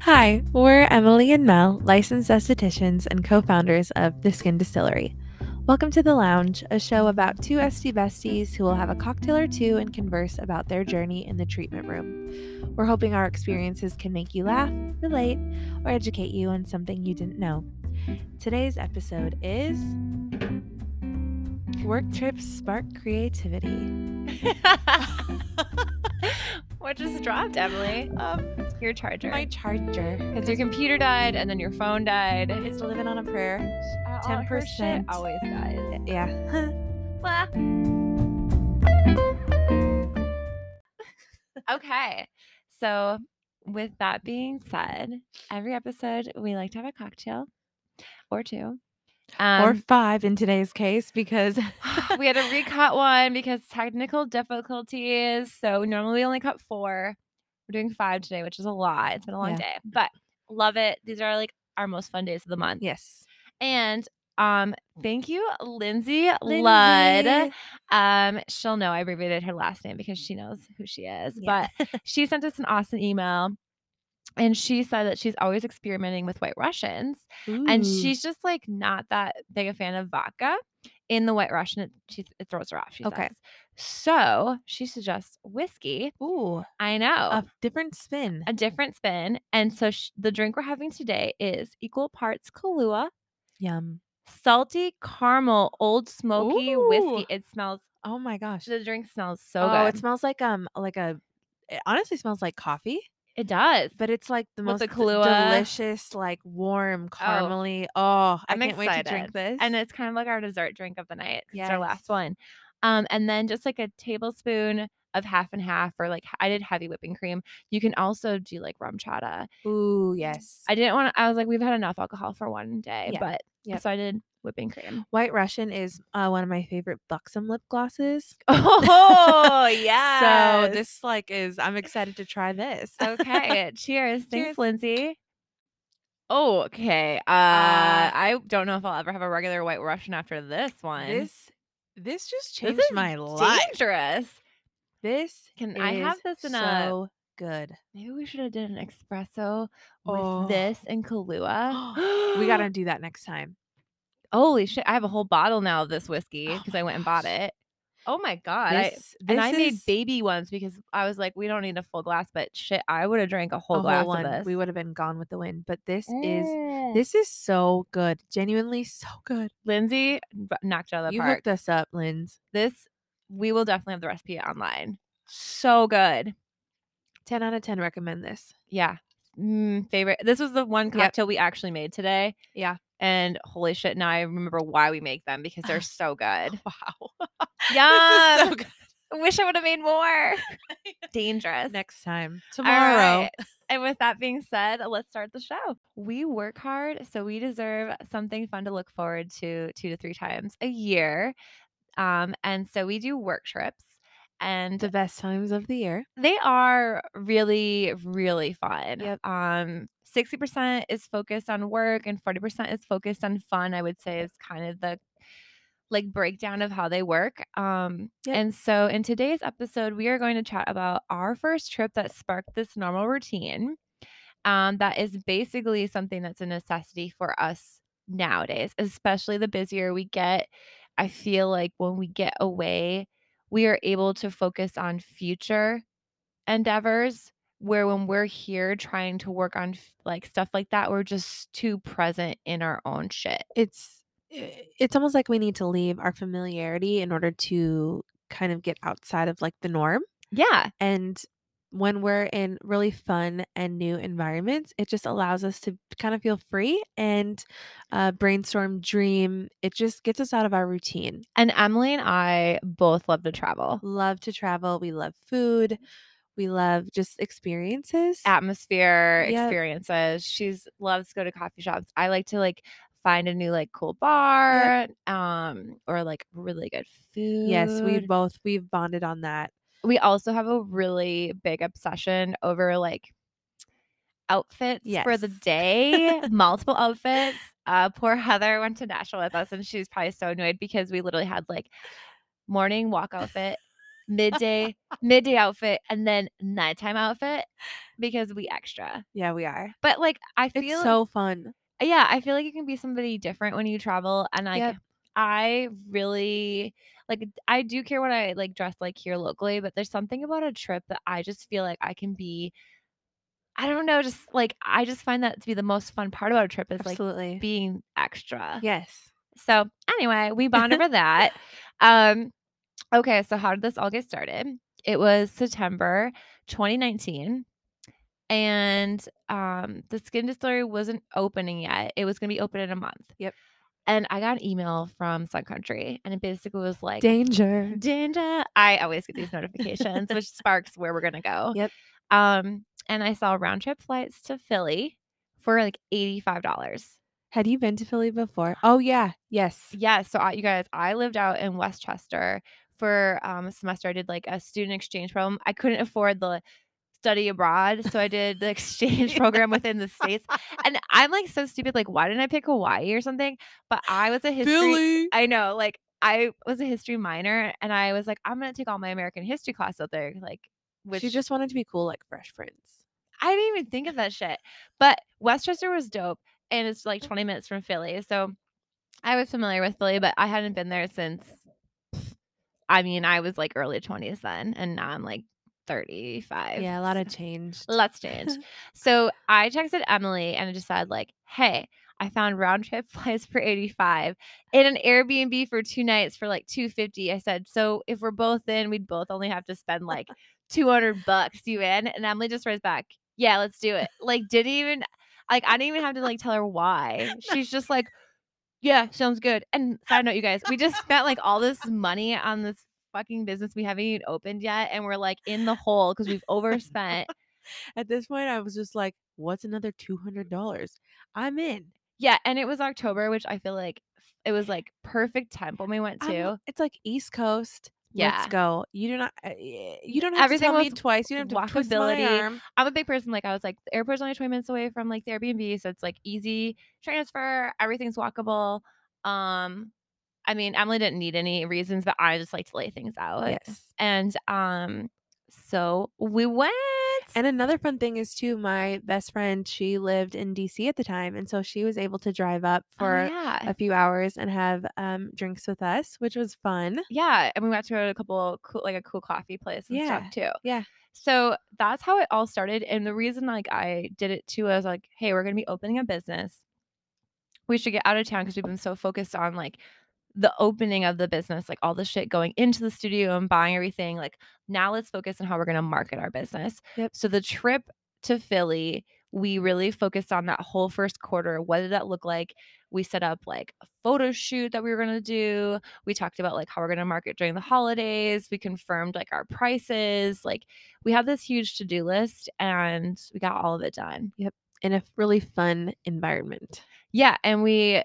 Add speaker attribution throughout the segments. Speaker 1: Hi, we're Emily and Mel, licensed estheticians and co founders of The Skin Distillery. Welcome to The Lounge, a show about two SD besties who will have a cocktail or two and converse about their journey in the treatment room. We're hoping our experiences can make you laugh, relate, or educate you on something you didn't know. Today's episode is Work Trips Spark Creativity.
Speaker 2: what just dropped, Emily?
Speaker 1: Um,
Speaker 2: Your charger.
Speaker 1: my charger
Speaker 2: Because your computer died and then your phone died.
Speaker 1: is living on a prayer.
Speaker 2: Uh, all-
Speaker 1: 10%
Speaker 2: her shit always dies.
Speaker 1: Yeah.
Speaker 2: Blah. okay. So, with that being said, every episode we like to have a cocktail or two. Um,
Speaker 1: or five in today's case because
Speaker 2: we had to recut one because technical difficulties. So normally we only cut four. We're doing five today, which is a lot. It's been a long
Speaker 1: Yeah.
Speaker 2: day, but love it. These are like our most fun days of the month.
Speaker 1: yes
Speaker 2: And um, thank you, Lindsay, Ludd.
Speaker 1: Lindsay.
Speaker 2: Um, she'll know I abbreviated her last name because she knows who she is.
Speaker 1: Yeah.
Speaker 2: But she sent us an awesome email. And she said that she's always experimenting with white Russians and
Speaker 1: Ooh.
Speaker 2: she's just like not that big a fan of vodka in the white russian it, she, it throws her off she
Speaker 1: Okay.
Speaker 2: says so she suggests whiskey
Speaker 1: ooh Oh.
Speaker 2: i know
Speaker 1: a different spin
Speaker 2: a different spin and so sh- the drink we're having today is equal parts kahlua
Speaker 1: yum
Speaker 2: salty caramel old smoky
Speaker 1: Ooh.
Speaker 2: whiskey it smells
Speaker 1: oh my gosh
Speaker 2: the drink smells so
Speaker 1: oh
Speaker 2: good
Speaker 1: it smells like um like a it honestly smells like coffee
Speaker 2: it does
Speaker 1: but it's like the
Speaker 2: With
Speaker 1: most
Speaker 2: the
Speaker 1: d-
Speaker 2: Kahlua.
Speaker 1: delicious like warm caramely oh, i
Speaker 2: I'm
Speaker 1: can't wait to drink this
Speaker 2: and it's kind of like our dessert drink of the night. 'cause It's our
Speaker 1: Yes.
Speaker 2: last one. Um, and then just like a tablespoon of half and half, or like I did heavy whipping cream. You can also do like rum chata.
Speaker 1: ooh yes
Speaker 2: Mm, I didn't want to, I was like, we've had enough alcohol for one day,
Speaker 1: Yeah.
Speaker 2: but yeah,
Speaker 1: Yep.
Speaker 2: so I did whipping cream.
Speaker 1: white russian is uh, one of my favorite buxom lip glosses
Speaker 2: Oh,
Speaker 1: so this like is i'm excited to try this
Speaker 2: okay. Cheers. Thanks,
Speaker 1: Cheers.
Speaker 2: Lindsay. Oh, okay. Uh, I don't know if I'll ever have a regular white Russian after this one.
Speaker 1: this this just
Speaker 2: This
Speaker 1: changed
Speaker 2: is
Speaker 1: my life
Speaker 2: dangerous.
Speaker 1: This
Speaker 2: Can I have
Speaker 1: is
Speaker 2: this in a-
Speaker 1: so good.
Speaker 2: Maybe we should have did an espresso with
Speaker 1: Oh.
Speaker 2: this and Kahlua.
Speaker 1: We gotta do that next time.
Speaker 2: Holy shit! I have a whole bottle now of this whiskey
Speaker 1: Oh
Speaker 2: because
Speaker 1: my
Speaker 2: I went and bought
Speaker 1: gosh.
Speaker 2: it. Oh my god! I,
Speaker 1: This,
Speaker 2: and I made
Speaker 1: is
Speaker 2: baby ones because I was like, we don't need a full glass, but shit, I would have drank a
Speaker 1: a
Speaker 2: whole glass
Speaker 1: one.
Speaker 2: of this.
Speaker 1: We would have been gone with the wind, but this is
Speaker 2: Mm.
Speaker 1: this is so good. Genuinely so good.
Speaker 2: Lindsay b- knocked it out of the
Speaker 1: you
Speaker 2: park.
Speaker 1: hooked us up, Linz.
Speaker 2: this we will definitely have the recipe online. So good.
Speaker 1: Ten out of ten. Recommend this.
Speaker 2: Yeah. Mm, favorite. This was the one cocktail we actually made today.
Speaker 1: Yeah.
Speaker 2: And holy shit, now I remember why we make them because they're so good.
Speaker 1: Wow.
Speaker 2: Yeah.
Speaker 1: this is so good.
Speaker 2: I wish I would have made more. Dangerous.
Speaker 1: Next time
Speaker 2: All
Speaker 1: tomorrow.
Speaker 2: right. And with that being said, let's start the show. We work hard, so we deserve something fun to look forward to two to three times a year. Um, and so we do work trips, and
Speaker 1: The best times of the year.
Speaker 2: they are really, really fun.
Speaker 1: Yep.
Speaker 2: Um, 60% is focused on work and 40% is focused on fun, I would say is kind of the like breakdown of how they work. Um,
Speaker 1: Yep.
Speaker 2: and so in today's episode, we are going to chat about our first trip that sparked this normal routine. Um, that is basically something that's a necessity for us nowadays, especially the busier we get. I feel like when we get away, we are able to focus on future endeavors where when we're here trying to work on f- like stuff like that we're just too present in our own shit
Speaker 1: It's i- it's almost like we need to leave our familiarity in order to kind of get outside of like the norm.
Speaker 2: yeah
Speaker 1: And when we're in really fun and new environments, it just allows us to kind of feel free and uh, brainstorm, dream. It just gets us out of our routine.
Speaker 2: and emily and i both love to travel
Speaker 1: Love to travel. We love food. We love just experiences.
Speaker 2: atmosphere
Speaker 1: Yep.
Speaker 2: experiences she's loves to go to coffee shops i like to like find a new like cool bar um or like really good food
Speaker 1: Yes, we both we've bonded on that.
Speaker 2: we also have a really big obsession over like outfits for the
Speaker 1: Yes.
Speaker 2: day, multiple outfits. Uh, poor Heather went to Nashville with us, and she's probably so annoyed because we literally had like morning walk outfit, midday midday outfit and then nighttime outfit because we extra.
Speaker 1: Yeah, we are.
Speaker 2: But like I
Speaker 1: It's
Speaker 2: feel
Speaker 1: so fun.
Speaker 2: yeah, I feel like you can be somebody different when you travel and like
Speaker 1: Yep.
Speaker 2: I really like I do care what I like dress like here locally, but there's something about a trip that I just feel like I can be I don't know, just like I just find that to be the most fun part about a trip is like
Speaker 1: Absolutely.
Speaker 2: being extra.
Speaker 1: yes.
Speaker 2: So anyway, we bond over that. Um, okay, so how did this all get started? It was September 2019. And um, the skin distillery wasn't opening yet. It was going to be open in a month.
Speaker 1: Yep.
Speaker 2: And I got an email from Sun Country, and it basically was like,
Speaker 1: Danger.
Speaker 2: Danger. I always get these notifications, which sparks where we're going to go.
Speaker 1: Yep.
Speaker 2: Um, and I saw round trip flights to Philly for like $85.
Speaker 1: Had you been to Philly before? Oh yeah. Yes.
Speaker 2: Yeah. So I, you guys, I lived out in Westchester for um, a semester. I did like a student exchange program. I couldn't afford the study abroad, so I did the exchange program within the states. And I'm like so stupid. Like, why didn't I pick Hawaii or something? But I was a history.
Speaker 1: Philly.
Speaker 2: I know. Like, I was a history minor, and I was like, I'm gonna take all my American history class out there. Like, which
Speaker 1: she just wanted to be cool like Fresh Prince.
Speaker 2: I didn't even think of that shit. But Westchester was dope, and it's like 20 minutes from Philly, so I was familiar with Philly, but I hadn't been there since. I mean, I was like early 20s then, and now I'm like 35.
Speaker 1: Yeah, a lot of change.
Speaker 2: Lots changed. So I texted Emily and I just said like, "Hey, I found round trip flights for 85 in an Airbnb for two nights for like 250." I said, "So if we're both in, we'd both only have to spend like 200 bucks you in." And Emily just writes back, "Yeah, let's do it." Like didn't even like I didn't even have to like tell her why. She's just like, "Yeah, sounds good." And side note, you guys, we just spent like all this money on this fucking business we haven't even opened yet and we're like in the hole because we've overspent
Speaker 1: At this point, I was just like, "What's
Speaker 2: Mm.
Speaker 1: another two hundred dollars? I'm in."
Speaker 2: Yeah, and it was October, which I feel like f- it was like perfect time when we went
Speaker 1: I'm-
Speaker 2: to.
Speaker 1: It's like East Coast.
Speaker 2: Yeah,
Speaker 1: Let's go. You do not. uh, y- You don't have
Speaker 2: Everything
Speaker 1: to tell me
Speaker 2: was
Speaker 1: twice. You don't have to twist my
Speaker 2: walkability.
Speaker 1: arm.
Speaker 2: I'm a big person. Like I was like, the airport's only 20 minutes away from like the Airbnb, so it's like easy transfer. Everything's walkable. Um, I mean, Emily didn't need any reasons, but I just like to lay things out.
Speaker 1: Yes.
Speaker 2: And um, so we went.
Speaker 1: And another fun thing is too. My best friend, she lived in D.C. at the time, and so she was able to drive up
Speaker 2: Oh,
Speaker 1: for
Speaker 2: yeah.
Speaker 1: a few hours and have um, drinks with us, which was fun.
Speaker 2: Yeah, and we went to a couple cool, like a cool coffee place and
Speaker 1: Yeah,
Speaker 2: stuff too.
Speaker 1: yeah.
Speaker 2: So that's how it all started, and the reason like I did it too I was like, hey, we're gonna be opening a business. We should get out of town because we've been so focused on like the opening of the business, like all the shit going into the studio and buying everything. Like now, let's focus on how we're gonna market our business.
Speaker 1: Yep.
Speaker 2: So the trip to Philly, we really focused on that whole first quarter. What did that look like? We set up like a photo shoot that we were gonna do we talked about like how we're going to market during the holidays we confirmed like our prices like we had this huge to-do list and we got all of it done
Speaker 1: in a really fun environment.
Speaker 2: yeah and we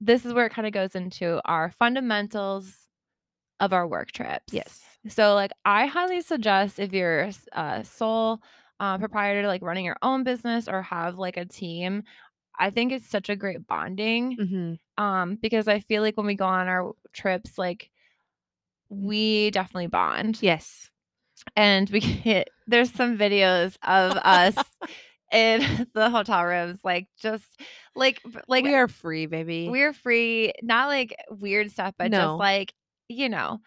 Speaker 2: this is where it kind of goes into our fundamentals of our work trips so like i highly suggest if you're a s- a sole uh, proprietor like running your own business or have like a team i think it's such a great bonding
Speaker 1: hmm
Speaker 2: um because i feel like when we go on our trips like we definitely bond
Speaker 1: Yes.
Speaker 2: and we get there's some videos of us in the hotel rooms like just like b- like
Speaker 1: we are free, baby.
Speaker 2: we're free not like weird stuff but
Speaker 1: No.
Speaker 2: just like you know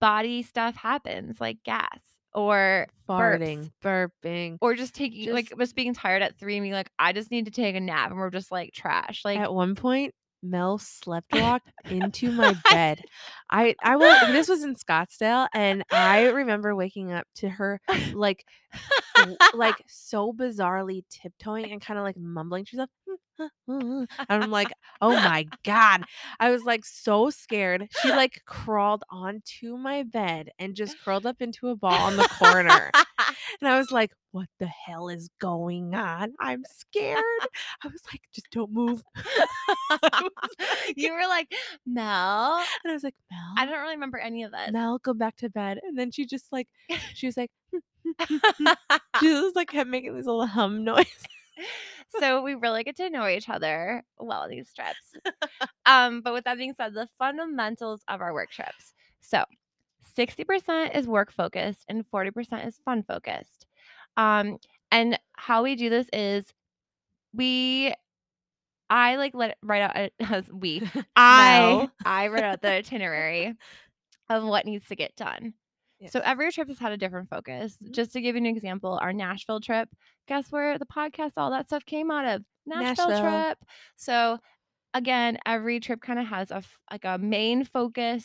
Speaker 2: body stuff happens like gas or
Speaker 1: farting, burping.
Speaker 2: or just taking like
Speaker 1: Just-
Speaker 2: just being tired at three and being like i just need to take a nap and we're just like trash like
Speaker 1: At one point, Mel slept walked into my bed. I I will. This was in Scottsdale, and I remember waking up to her like w- like so bizarrely tiptoeing and kind of like mumbling to herself. And I'm like, oh my god! I was like so scared. She like crawled onto my bed and just curled up into a ball on the corner. And I was like, what the hell is going on? I'm scared. I was like, just don't move.
Speaker 2: you were like, Mel.
Speaker 1: And I was like,
Speaker 2: I
Speaker 1: Mel,
Speaker 2: don't really remember any of this.
Speaker 1: Mel, go back to bed. And then she just like, she was like,
Speaker 2: Ah.
Speaker 1: she just like kept making this little hum noise.
Speaker 2: so we really get to know each other well on these trips. um, but with that being said, the fundamentals of our work trips. So 60% is work focused and 40% is fun focused. Um, and how we do this is we, I like let write out a- as we. I
Speaker 1: No.
Speaker 2: I wrote out the itinerary of what needs to get done. So
Speaker 1: Yes.
Speaker 2: every trip has had a different focus.
Speaker 1: Mhm.
Speaker 2: Just to give you an example, our Nashville trip, guess where the podcast, all that stuff came out of? Nashville,
Speaker 1: Nashville.
Speaker 2: trip. So again, every trip kind of has a f- like a main focus.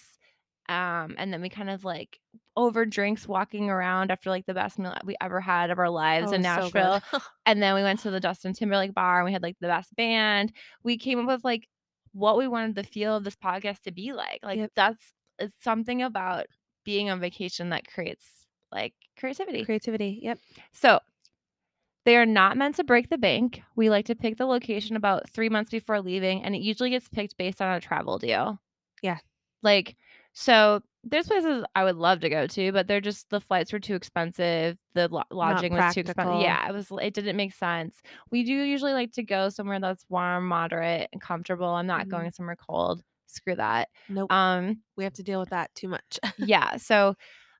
Speaker 2: Um, and then we kind of like over drinks walking around after like the best meal that we ever had of our lives
Speaker 1: Oh,
Speaker 2: in
Speaker 1: so good.
Speaker 2: Nashville. and then we went to the Justin Timberlake bar and we had like the best band. We came up with like what we wanted the feel of this podcast to be like. Like
Speaker 1: Yep.
Speaker 2: that's it's something about being on vacation that creates like creativity.
Speaker 1: Creativity. Yep.
Speaker 2: So they are not meant to break the bank. We like to pick the location about three months before leaving, and it usually gets picked based on a travel deal.
Speaker 1: Yeah.
Speaker 2: Like, so there's places I would love to go to, but they're just the flights were too expensive. The lo- lodging was too expensive.
Speaker 1: practical.
Speaker 2: Yeah, it was. It didn't make sense. We do usually like to go somewhere that's warm, moderate, and comfortable. I'm not
Speaker 1: Mhm.
Speaker 2: going somewhere cold. Screw that.
Speaker 1: Nope.
Speaker 2: Um,
Speaker 1: we have to deal with that too much.
Speaker 2: yeah. So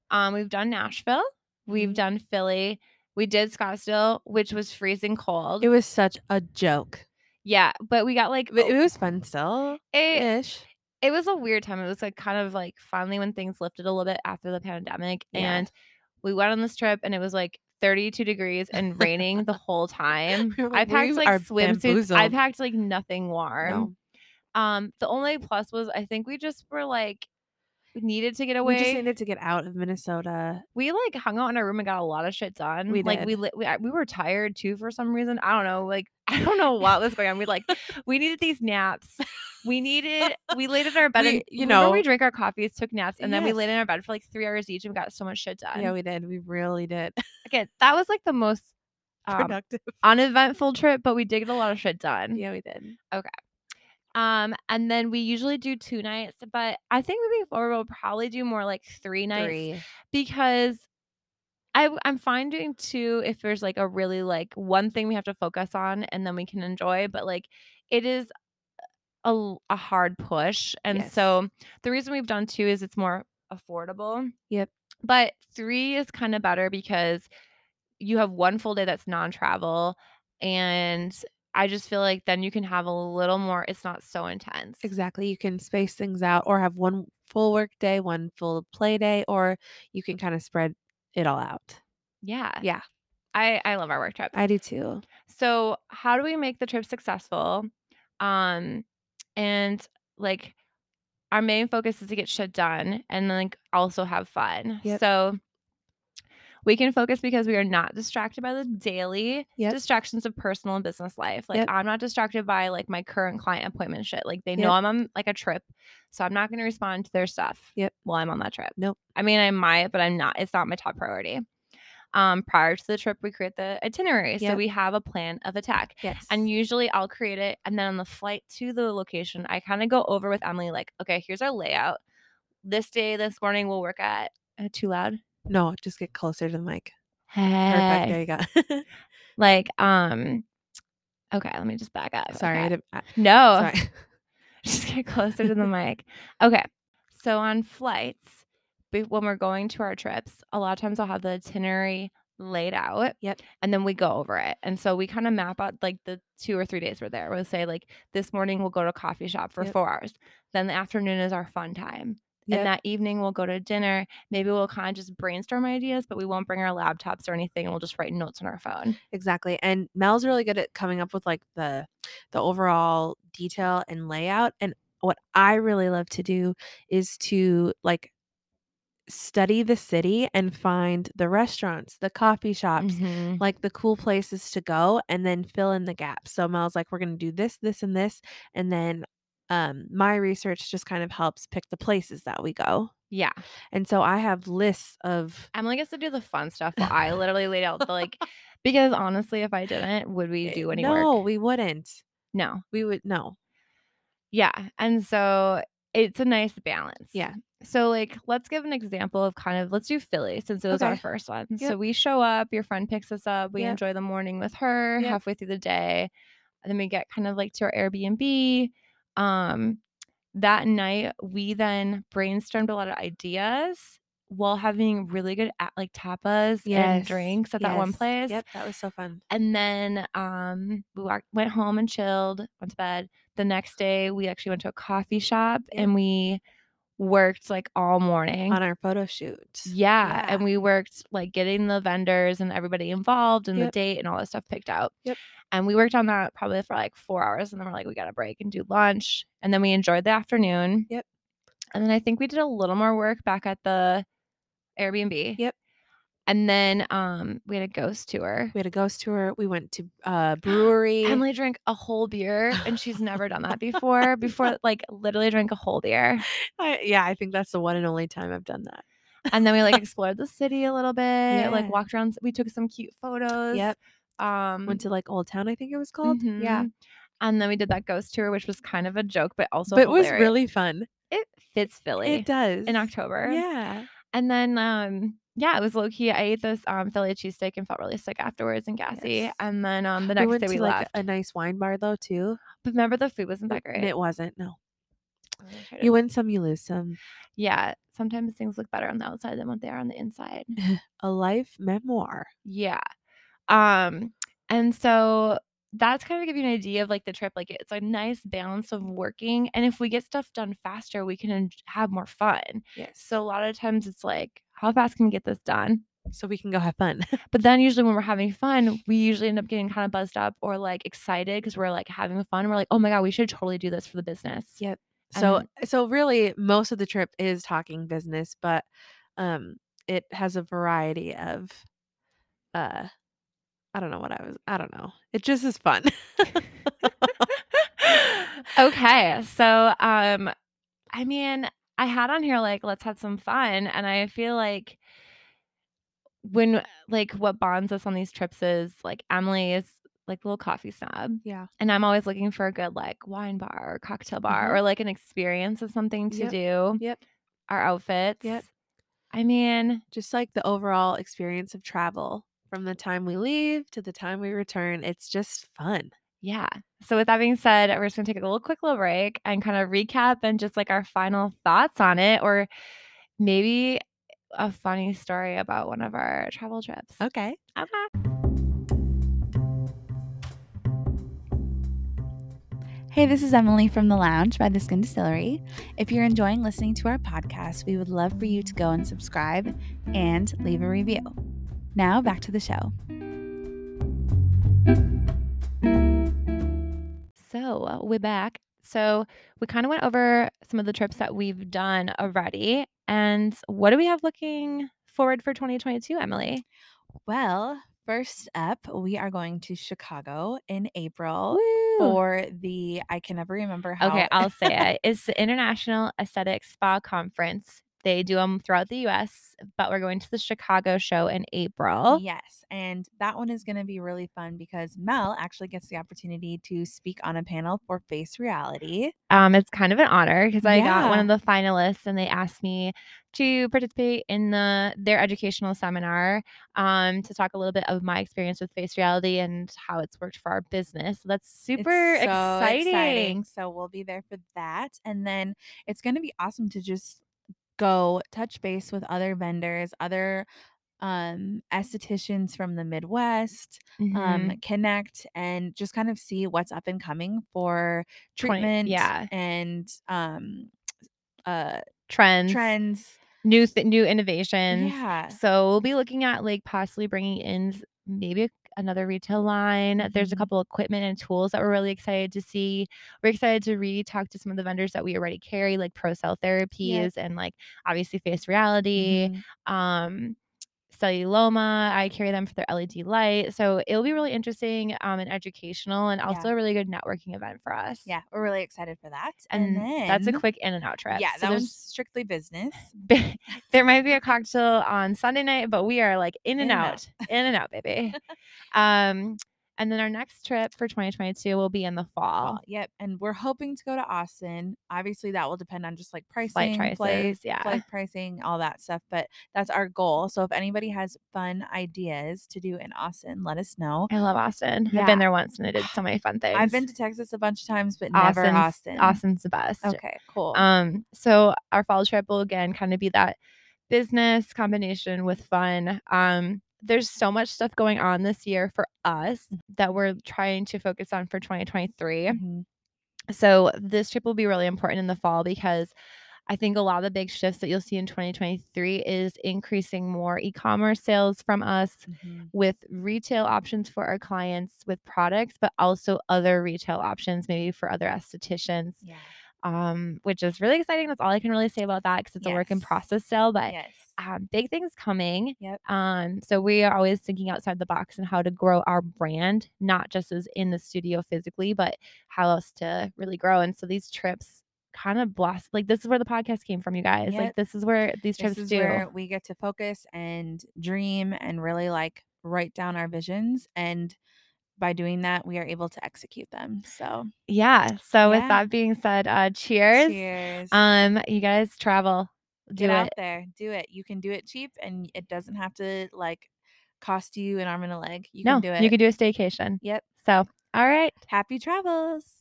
Speaker 2: um we've done Nashville, we've
Speaker 1: Mhm.
Speaker 2: done Philly, we did Scottsdale, which was freezing cold.
Speaker 1: It was such a joke.
Speaker 2: yeah, but we got like
Speaker 1: But
Speaker 2: a-
Speaker 1: it was fun still.
Speaker 2: Oh. it,
Speaker 1: Ish.
Speaker 2: it was a weird time. It was like kind of like finally when things lifted a little bit after the pandemic
Speaker 1: Yeah.
Speaker 2: and we went on this trip and it was like 32 degrees and raining the whole time.
Speaker 1: We were
Speaker 2: I
Speaker 1: like,
Speaker 2: packed
Speaker 1: "We
Speaker 2: like
Speaker 1: are
Speaker 2: swimsuits. I
Speaker 1: bamboozled."
Speaker 2: packed like nothing warm.
Speaker 1: No.
Speaker 2: Um the only plus was I think we just were like we needed to get away.
Speaker 1: We just needed to get out of Minnesota.
Speaker 2: we like hung out in our room and got a lot of shit done.
Speaker 1: We
Speaker 2: like we li- we I- we were tired too for some reason. I don't know. Like I don't know what was going on. We like we needed these naps. We needed we laid in our bed
Speaker 1: We-
Speaker 2: and
Speaker 1: you
Speaker 2: remember
Speaker 1: know-
Speaker 2: we drank our coffees, took naps, and then we laid in
Speaker 1: Yes.
Speaker 2: our bed for like three hours each and we got so much shit done.
Speaker 1: Yeah, we did. We really did.
Speaker 2: okay, that was like the most um,
Speaker 1: Productive.
Speaker 2: uneventful trip, but we did get a lot of shit done.
Speaker 1: yeah, we did.
Speaker 2: Um, and then we usually do two nights, but I think moving forward we'll probably do more like three nights because I, w- I'm fine doing two if there's like a really like one thing we have to focus on and then we can enjoy, but like it is a, l- a hard push. And
Speaker 1: Yes.
Speaker 2: so the reason we've done two is it's more affordable.
Speaker 1: Yep.
Speaker 2: But three is kind of better because you have one full day that's non travel. And I just feel like then you can have a little more, it's not so intense.
Speaker 1: Exactly. You can space things out or have one full work day, one full play day, or you can kind of spread it all out.
Speaker 2: Yeah.
Speaker 1: Yeah.
Speaker 2: I, I love our work trips.
Speaker 1: I do too.
Speaker 2: so how do we make the trip successful um and like our main focus is to get shit done and like also have fun
Speaker 1: Yep.
Speaker 2: so we can focus because we are not distracted by the daily
Speaker 1: Yep.
Speaker 2: distractions of personal and business life like
Speaker 1: Yep.
Speaker 2: i'm not distracted by like my current client appointment shit like they know
Speaker 1: Yep.
Speaker 2: i'm on like a trip so i'm not going to respond to their stuff
Speaker 1: Yep.
Speaker 2: while i'm on that trip
Speaker 1: Nope.
Speaker 2: i mean i might but i'm not it's not my top priority um prior to the trip we create the itinerary so
Speaker 1: Yep.
Speaker 2: we have a plan of attack
Speaker 1: Yes.
Speaker 2: and usually I'll create it. And then on the flight to the location, I kind of go over with Emily, like, okay, here's our layout. This day, this morning, we'll work at. Uh, too loud.
Speaker 1: no, just get closer to the mic. Perfect.
Speaker 2: Hey.
Speaker 1: There you go.
Speaker 2: Like, um, okay, let me just back up.
Speaker 1: sorry. I
Speaker 2: okay.
Speaker 1: didn't, I,
Speaker 2: No.
Speaker 1: Sorry.
Speaker 2: Just get closer to the mic. Okay. So on flights, be- when we're going to our trips, a lot of times I'll have the itinerary laid out.
Speaker 1: Yep.
Speaker 2: And then we go over it. And so we kind of map out like the two or three days we're there. We'll say, like, this morning we'll go to a coffee shop for
Speaker 1: Yep.
Speaker 2: four hours. Then the afternoon is our fun time.
Speaker 1: Yep.
Speaker 2: And that evening we'll go to dinner. Maybe we'll kind of just brainstorm ideas, but we won't bring our laptops or anything. We'll just write notes on our phone.
Speaker 1: Exactly. And Mel's really good at coming up with like the the overall detail and layout. And what I really love to do is to like study the city and find the restaurants, the coffee shops,
Speaker 2: Mhm.
Speaker 1: like the cool places to go and then fill in the gaps. So Mel's like, we're gonna do this, this, and this. And then um my research just kind of helps pick the places that we go.
Speaker 2: Yeah.
Speaker 1: And so I have lists of
Speaker 2: Emily gets to do the fun stuff while I literally laid out the like because honestly, if I didn't, would we
Speaker 1: eh,
Speaker 2: do any
Speaker 1: No,
Speaker 2: work?
Speaker 1: we wouldn't.
Speaker 2: No.
Speaker 1: We would no.
Speaker 2: Yeah. And so it's a nice balance.
Speaker 1: Yeah.
Speaker 2: So like let's give an example of kind of let's do Philly since it was our
Speaker 1: Okay.
Speaker 2: first one. So
Speaker 1: Yep.
Speaker 2: we show up, your friend picks us up, we
Speaker 1: Yep.
Speaker 2: enjoy the morning with her
Speaker 1: Yep.
Speaker 2: halfway through the day. And then we get kind of like to our Airbnb. Um that night we then brainstormed a lot of ideas. while having really good at, like tapas and
Speaker 1: Yes,
Speaker 2: drinks at that one
Speaker 1: yes.
Speaker 2: place.
Speaker 1: Yep, that was so fun.
Speaker 2: And then um, we walked, went home and chilled, went to bed. The next day, we actually went to a coffee shop
Speaker 1: Yep.
Speaker 2: and we worked like all morning.
Speaker 1: On our photo shoot.
Speaker 2: yeah,
Speaker 1: yeah.
Speaker 2: And we worked like getting the vendors and everybody involved and the
Speaker 1: Yep.
Speaker 2: date and all that stuff picked out.
Speaker 1: Yep.
Speaker 2: And we worked on that probably for like four hours. And then we're like, we got to break and do lunch. And then we enjoyed the afternoon.
Speaker 1: Yep.
Speaker 2: And then I think we did a little more work back at the Airbnb.
Speaker 1: Yep.
Speaker 2: And then um, we had a ghost tour.
Speaker 1: We had a ghost tour. We went to uh brewery.
Speaker 2: Emily drank a whole beer and she's never done that before. Before, like, literally drank a whole beer.
Speaker 1: I, yeah, I think that's the one and only time I've done that.
Speaker 2: And then we like explored the city a little bit, like
Speaker 1: Yeah.
Speaker 2: walked around. We took some cute photos.
Speaker 1: Yep.
Speaker 2: Um,
Speaker 1: Went to like Old Town, I think it was called. Yeah.
Speaker 2: mhm. And then we did that ghost tour, which was kind of a joke, but also
Speaker 1: but it was
Speaker 2: hilarious.
Speaker 1: really fun.
Speaker 2: it fits Philly
Speaker 1: It does.
Speaker 2: in October.
Speaker 1: Yeah.
Speaker 2: And then, um, yeah, it was low key. I ate this um, Philly cheesesteak and felt really sick afterwards and gassy.
Speaker 1: Yes.
Speaker 2: And then um, the
Speaker 1: we
Speaker 2: next
Speaker 1: went
Speaker 2: day we
Speaker 1: to like
Speaker 2: left.
Speaker 1: a nice wine bar though too.
Speaker 2: but remember, the food wasn't that
Speaker 1: And
Speaker 2: great. Oh,
Speaker 1: it wasn't. No.
Speaker 2: I really tried to
Speaker 1: You win some, you lose some.
Speaker 2: yeah, sometimes things look better on the outside than what they are on the inside.
Speaker 1: A life memoir.
Speaker 2: yeah. Um, and so that's kind of give you an idea of like the trip. Like it's a nice balance of working, and if we get stuff done faster, we can en- have more fun.
Speaker 1: Yes.
Speaker 2: So a lot of times it's like, how fast can we get this done?
Speaker 1: so we can go have fun.
Speaker 2: But then usually when we're having fun, we usually end up getting kind of buzzed up or like excited because we're like having fun. We're like, oh my god, we should totally do this for the business.
Speaker 1: Yeah. so
Speaker 2: And-
Speaker 1: so really most of the trip is talking business, but um it has a variety of uh I don't know what I was I don't know. It just is fun.
Speaker 2: okay. So, um, I mean, I had on here like, let's have some fun. And I feel like when, like, what bonds us on these trips is like Emily is like a little coffee snob.
Speaker 1: Yeah.
Speaker 2: And I'm always looking for a good, like, wine bar or cocktail bar
Speaker 1: Mhm.
Speaker 2: or like an experience of something to
Speaker 1: Yep,
Speaker 2: do.
Speaker 1: yep.
Speaker 2: Our outfits. I mean,
Speaker 1: Just like the overall experience of travel from the time we leave to the time we return, it's just fun.
Speaker 2: yeah. So, with that being said, we're just going to take a little quick little break and kind of recap and just like our final thoughts on it, or maybe a funny story about one of our travel trips.
Speaker 1: Okay.
Speaker 2: Okay.
Speaker 1: Hey, this is Emily from The Lounge by The Skin Distillery. If you're enjoying listening to our podcast, we would love for you to go and subscribe and leave a review. Now, back to the show.
Speaker 2: So, uh, we're back. So, we kind of went over some of the trips that we've done already. And what do we have looking forward for 2022, Emily?
Speaker 1: Well, first up, we are going to Chicago in April
Speaker 2: Woo!
Speaker 1: for the I can never remember how.
Speaker 2: Okay, I'll say it. It's the International Aesthetic Spa Conference. They do them throughout the US, but we're going to the Chicago show in April.
Speaker 1: Yes. And that one is going to be really fun because Mel actually gets the opportunity to speak on a panel for Face Reality.
Speaker 2: Um, it's kind of an honor because I got one
Speaker 1: Yeah.
Speaker 2: of the finalists and they asked me to participate in the their educational seminar um, to talk a little bit of my experience with face reality and how it's worked for our business. So that's
Speaker 1: It's
Speaker 2: super
Speaker 1: so
Speaker 2: exciting.
Speaker 1: So we'll be there for that. And then it's going to be awesome to just go touch base with other vendors, other um estheticians from the Midwest,
Speaker 2: Mhm.
Speaker 1: um connect and just kind of see what's up and coming for
Speaker 2: Twenty-
Speaker 1: treatment
Speaker 2: yeah.
Speaker 1: and um uh
Speaker 2: trends,
Speaker 1: trends.
Speaker 2: new th- new innovations.
Speaker 1: Yeah.
Speaker 2: So we'll be looking at like possibly bringing in s- maybe another retail line. There's a
Speaker 1: Mhm.
Speaker 2: couple equipment and tools that we're really excited to see. We're excited to re-talk to some of the vendors that we already carry, like Pro Cell Therapies and like obviously Face Reality,
Speaker 1: Mhm.
Speaker 2: um, Celluloma. I carry them for their LED light. So it'll be really interesting um, and educational, and
Speaker 1: Yeah.
Speaker 2: also a really good networking event for us.
Speaker 1: Yeah, we're really excited for that. And,
Speaker 2: And,
Speaker 1: then
Speaker 2: that's a quick in and out trip.
Speaker 1: Yeah,
Speaker 2: So
Speaker 1: that
Speaker 2: there's-
Speaker 1: one's strictly business.
Speaker 2: there might be a cocktail on Sunday night, but we are like in and,
Speaker 1: In and
Speaker 2: out,
Speaker 1: out.
Speaker 2: in and out, baby. um, and then our next trip for 2022 will be in the fall.
Speaker 1: Well, Yep. And we're hoping to go to Austin. Obviously, that will depend on just like
Speaker 2: Flight
Speaker 1: pricing,
Speaker 2: prices,
Speaker 1: flight,
Speaker 2: yeah.
Speaker 1: flight pricing, all that stuff. But that's our goal. So if anybody has fun ideas to do in Austin, let us know.
Speaker 2: I love Austin. I've
Speaker 1: Yeah.
Speaker 2: been there once and I did so many fun things.
Speaker 1: I've been to Texas a bunch of times, but never
Speaker 2: Austin's-
Speaker 1: Austin.
Speaker 2: Austin's the best.
Speaker 1: Okay, cool.
Speaker 2: Um, so our fall trip will again kind of be that business combination with fun. Um, there's so much stuff going on this year for us
Speaker 1: Mm.
Speaker 2: that we're trying to focus on for 2023.
Speaker 1: Mhm.
Speaker 2: So this trip will be really important in the fall because I think a lot of the big shifts that you'll see in 2023 is increasing more e-commerce sales from us
Speaker 1: mm-hmm,
Speaker 2: with retail options for our clients with products, but also other retail options maybe for other estheticians,
Speaker 1: Yeah.
Speaker 2: um, which is really exciting. That's all I can really say about that because it's a work in
Speaker 1: Yes.
Speaker 2: process still, but
Speaker 1: Yes.
Speaker 2: um, big things coming.
Speaker 1: Yep.
Speaker 2: Um, so we are always thinking outside the box and how to grow our brand, not just as in the studio physically, but how else to really grow. And so these trips kind of blast like this is where the podcast came from, you guys.
Speaker 1: Yep.
Speaker 2: Like this is where these trips
Speaker 1: This is
Speaker 2: do.
Speaker 1: where we get to focus and dream and really like write down our visions. And by doing that, we are able to execute them. So
Speaker 2: yeah. So
Speaker 1: Yeah.
Speaker 2: with that being said, uh cheers.
Speaker 1: cheers.
Speaker 2: Um, you guys travel. Do
Speaker 1: Get out
Speaker 2: it.
Speaker 1: there. Do it. You can do it cheap and it doesn't have to like cost you an arm and a leg. You
Speaker 2: no,
Speaker 1: can do it.
Speaker 2: you can do a staycation.
Speaker 1: Yep.
Speaker 2: So all right.
Speaker 1: Happy travels.